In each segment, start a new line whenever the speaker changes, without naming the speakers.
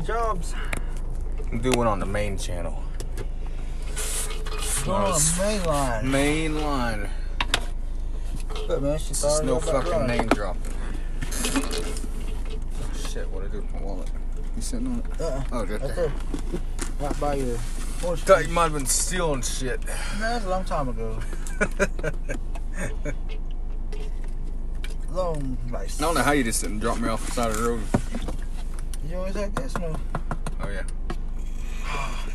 jobs.
Do it on the main channel.
Going on the main line.
Main line.
Look, man, she
It's
thought
no fucking name dropping. Shit, what I do with my wallet? You sitting on it?
Uh-uh.
Oh,
Right
right there.
there. Right by your horse.
Thought you might have been stealing shit.
No, that's a long time ago. long, like,
I don't know how you just didn't drop me off the side of the road.
you always like this one.
Oh yeah.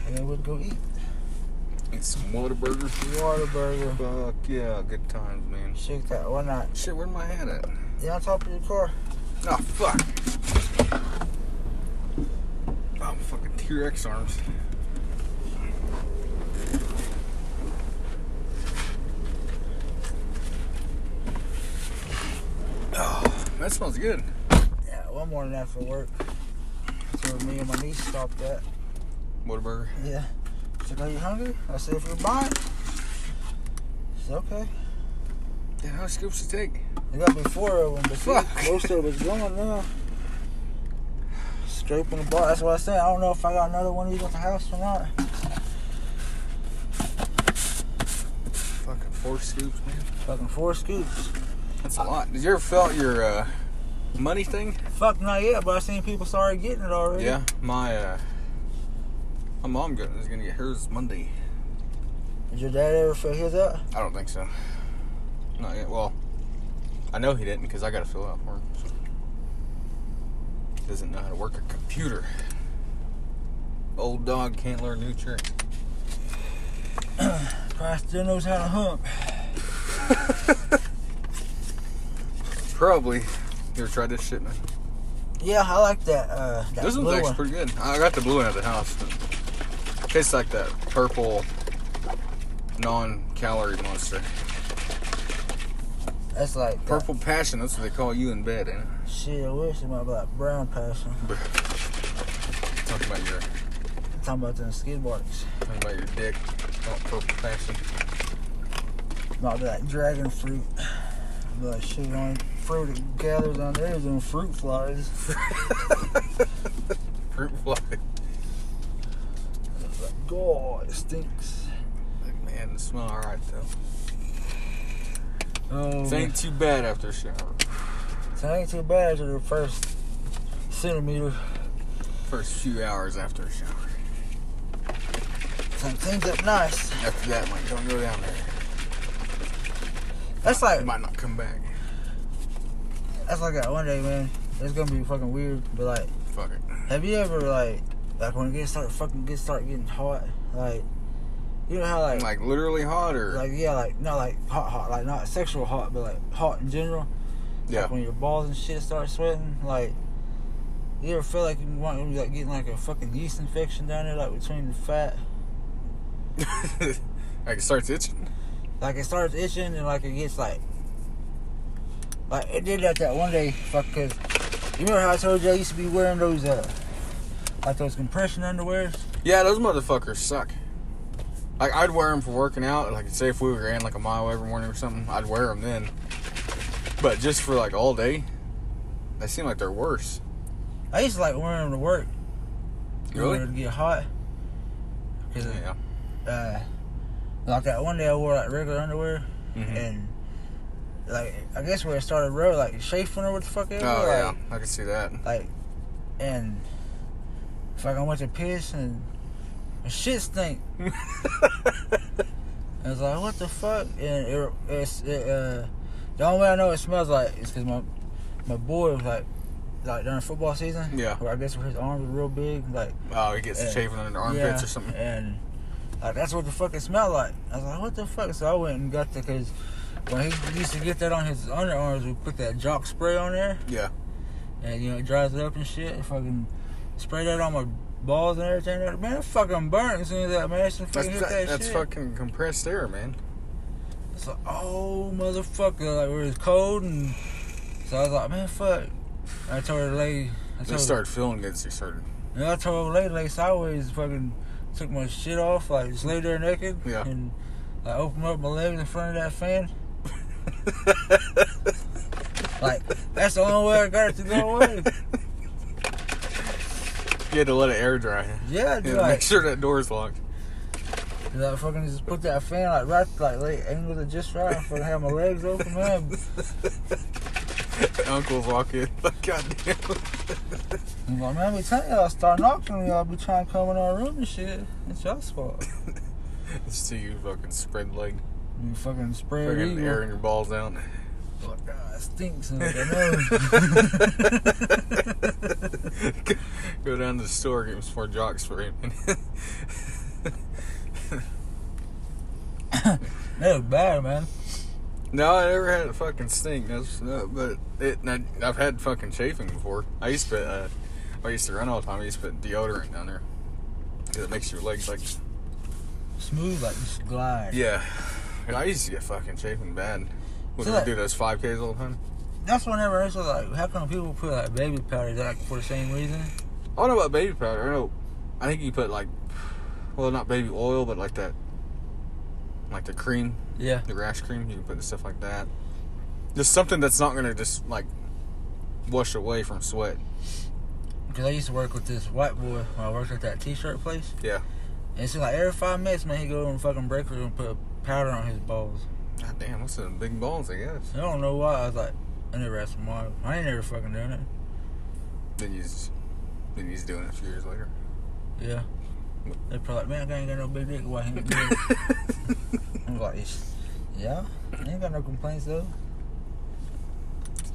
And then we'd go eat.
Eat some Whataburger.
Waterburger.
Fuck yeah, good times, man.
Shake that. Why not?
Shit, where's my hat at?
You on top of your car?
Oh fuck. Oh fucking T-Rex arms. Oh, that smells good.
Yeah, one morning after work. So me and my niece stopped at.
Whataburger.
Yeah. She's like, Are you hungry? I said, If you're buying. She said, Okay.
Damn, how scoops to take?
They got me four of them, but
Fuck.
see, most of it's gone now. Scraping the bar. That's what I said. I don't know if I got another one of these at the house or not.
Fucking four scoops, man.
Fucking four scoops.
That's a lot. Did you ever fill out your uh, money thing?
Fuck, not yet, but I seen people started getting it already.
Yeah, my uh, my mom got, is gonna get hers Monday.
Did your dad ever fill his out?
I don't think so. Not yet. Well, I know he didn't because I got to fill it out for him. Doesn't know how to work a computer. Old dog can't learn new tricks.
Probably still knows how to hump.
Probably. You ever tried this shit, man?
Yeah, I like that. Uh, that
this one's
blue
actually
one.
pretty good. I got the blue one at the house. tastes like that purple, non-calorie monster.
That's like that-
Purple passion. That's what they call you in bed, ain't it?
Shit, I wish it might be like brown passion.
Talking about your,
I'm talking about them skid marks.
talking about your dick. Not purple passion.
Might be like dragon fruit. Be like shit, the only fruit that gathers on there is them fruit flies.
Fruit fly.
It's like, God, it stinks.
Like, man, it smell alright though.
Oh,
It ain't too bad after a shower.
so it ain't too bad to the first centimeter.
First few hours after a shower.
Some things up nice.
After that, like, don't go down there.
That's like
It might not come back.
that's like that one day, man. It's gonna be fucking weird, but like.
Fuck it.
Have you ever like like when it gets start fucking get start getting hot like you know how like like,
Like literally hot or
yeah like not like hot hot like not sexual hot but like hot in general
yeah.
like when your balls and shit start sweating like you ever feel like you want you like getting like a fucking yeast infection down there like between the fat
like it starts itching.
like it starts itching and like it gets like like it did that that one day fuck cause you remember how I told you I used to be wearing those uh like those compression underwears
Yeah, those motherfuckers suck. Like I'd wear them for working out. Like say if we ran like a mile every morning or something, I'd wear them then. But just for like all day, they seem like they're worse.
I used to like wearing them to work
Really?
It would get hot. 'Cause,
Yeah.
uh, like that one day I wore like regular underwear
Mhm.
and like I guess where it started real like chafing or what the fuck it was.
Oh yeah,
like,
I can see that.
like and fucking I went to piss and my shit stink. I was like, what the fuck? And it, it's it, uh, the only way I know it smells like is because my my boy was like like during football season.
Yeah.
Where I guess where his arms were real big, like
Oh, he gets
Yeah.
chafing under the armpits or something.
and like that's what the fuck it smelled like. I was like, what the fuck? So I went and got the because when he used to get that on his underarms, we put that jock spray on there,
Yeah.
and you know it dries it up and shit. And fucking spray that on my balls and everything. Man, it fucking burnt as soon as that man it's
That's,
fucking hit
that-
that
that's
shit.
fucking compressed air, man.
It's like, oh motherfucker, like we was cold and so I was like, man, fuck. I told her to lay. I
They
told,
started feeling good. So you started.
And I told her lay lay sideways, fucking took my shit off, like just lay there naked.
Yeah.
And I opened up my legs in front of that fan. like that's the only way I got it to go away.
You had to let it air dry.
Yeah,
You
dude.
had to
Like,
make sure that door's locked.
dude, I fucking just put that fan like right, like like angled it just right. I fucking have my legs open, man.
Uncle's walking. Like, goddamn.
You know, man, we telling y'all, start knocking on y'all, be trying to come in our room and shit. It's y'all's fault.
It's to you fucking spread leg.
You fucking spray
Fucking
eagle.
airing your balls out.
Fuck, ah, it stinks in the
Go down to the store, get him some more jocks for him.
That was bad, man.
no, I never had a fucking stink. That's no, but it. and I, I've had fucking chafing before. I used to, put, uh, I used to run all the time. I used to put deodorant down there because it makes your legs like,
Smooth, like just glide.
yeah. And I used to get fucking chafing bad. When
So
we
that-
do those five Ks all the time.
That's whenever it's like, how come people put like baby powder like for the same reason?
I don't know about baby powder. I don't know. I think you put like, well, not baby oil, but like that, like the cream,
Yeah.
the rash cream. You can put stuff like that. Just something that's not gonna just like wash away from sweat.
Because I used to work with this white boy when I worked at that t-shirt place.
Yeah.
And it's like every five minutes, man, he go in the fucking break room and put powder on his balls.
God damn, what's the big balls? I guess.
I don't know why. I was like, I never asked him why. I ain't never fucking done it.
Then you just, then he's doing it a few years later.
Yeah. They probably like, man, I ain't got no big dick. Why he ain't doing it? I'm like, "It's- yeah, I ain't got no complaints though.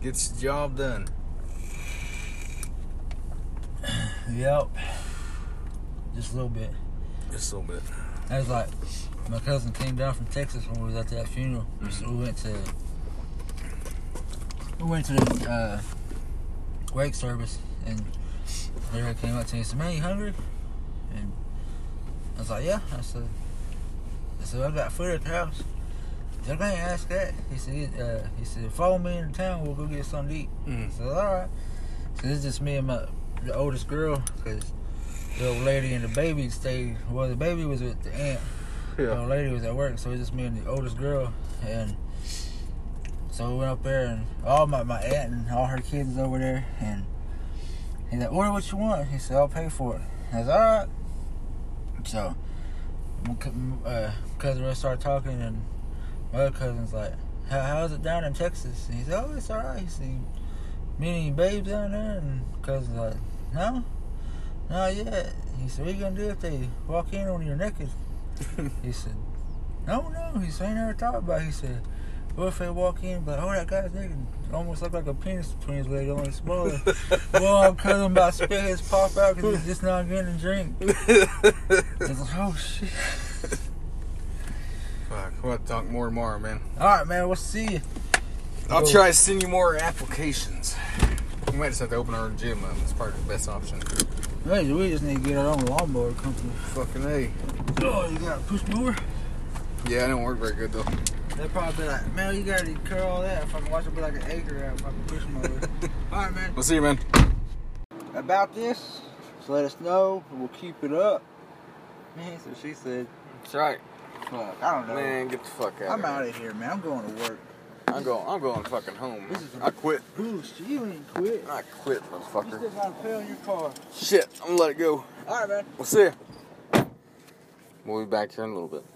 Gets the job done.
Yep. Just a little bit.
Just a little bit.
I was like, my cousin came down from Texas when we was at that funeral. So we went to we went to the uh, wake service, and everybody came up to me and said, "Man, you hungry?" And I was like, "Yeah." I said, "I said I got food at the house." He said, "I can't ask that." He said, uh, "He said follow me into town. We'll go get something to eat." I
Mm.
said, "All right." So it's just me and my the oldest girl, because the old lady and the baby stayed. Well, the baby was with the aunt. The old lady was at work, so it was just me and the oldest girl. And so we went up there, and all my, my aunt and all her kids is over there. And he's like, order what you want. He said, I'll pay for it. I was all right. So my cou- uh, cousin really started talking, and my other cousin's like, How, how's it down in Texas? And he said, oh, it's all right. He said, "You meet any babes down there? And cousin's like, no, not yet. He said, what you going to do if they walk in on you naked? He said, No, no. He said, I ain't never thought about it. He said, What if they walk in, but oh, that guy's nigga almost look like a penis between his legs, only smaller. well, I'm cousin about to spit his pop out because he's just not getting a drink. It's like, Oh, shit.
Fuck, we'll have to talk more tomorrow, man.
All right, man, we'll see you.
I'll
Go.
try to send you more applications. We might just have to open our own gym up. It's probably the best option.
Hey, we just need to get our own lawnmower company.
Fucking A.
Oh, you got a push mower?
Yeah, I don't work very good though.
They'll probably be like, Man, you gotta cut all that. If I can watch it be like an acre out, if I can push mower. all right, man.
We'll see you, man.
about this. So let us know. We'll keep it up. Man, so she said,
That's right.
fuck, I don't know.
get the fuck
I'm out of here, man. I'm going to work.
I'm going. I'm going fucking home.
This is-
I quit.
Bruce, you ain't quit.
I quit,
You
motherfucker.
still got a pill in your car.
Shit, I'm gonna let it go.
All right, man.
We'll see ya. We'll be back here in a little bit.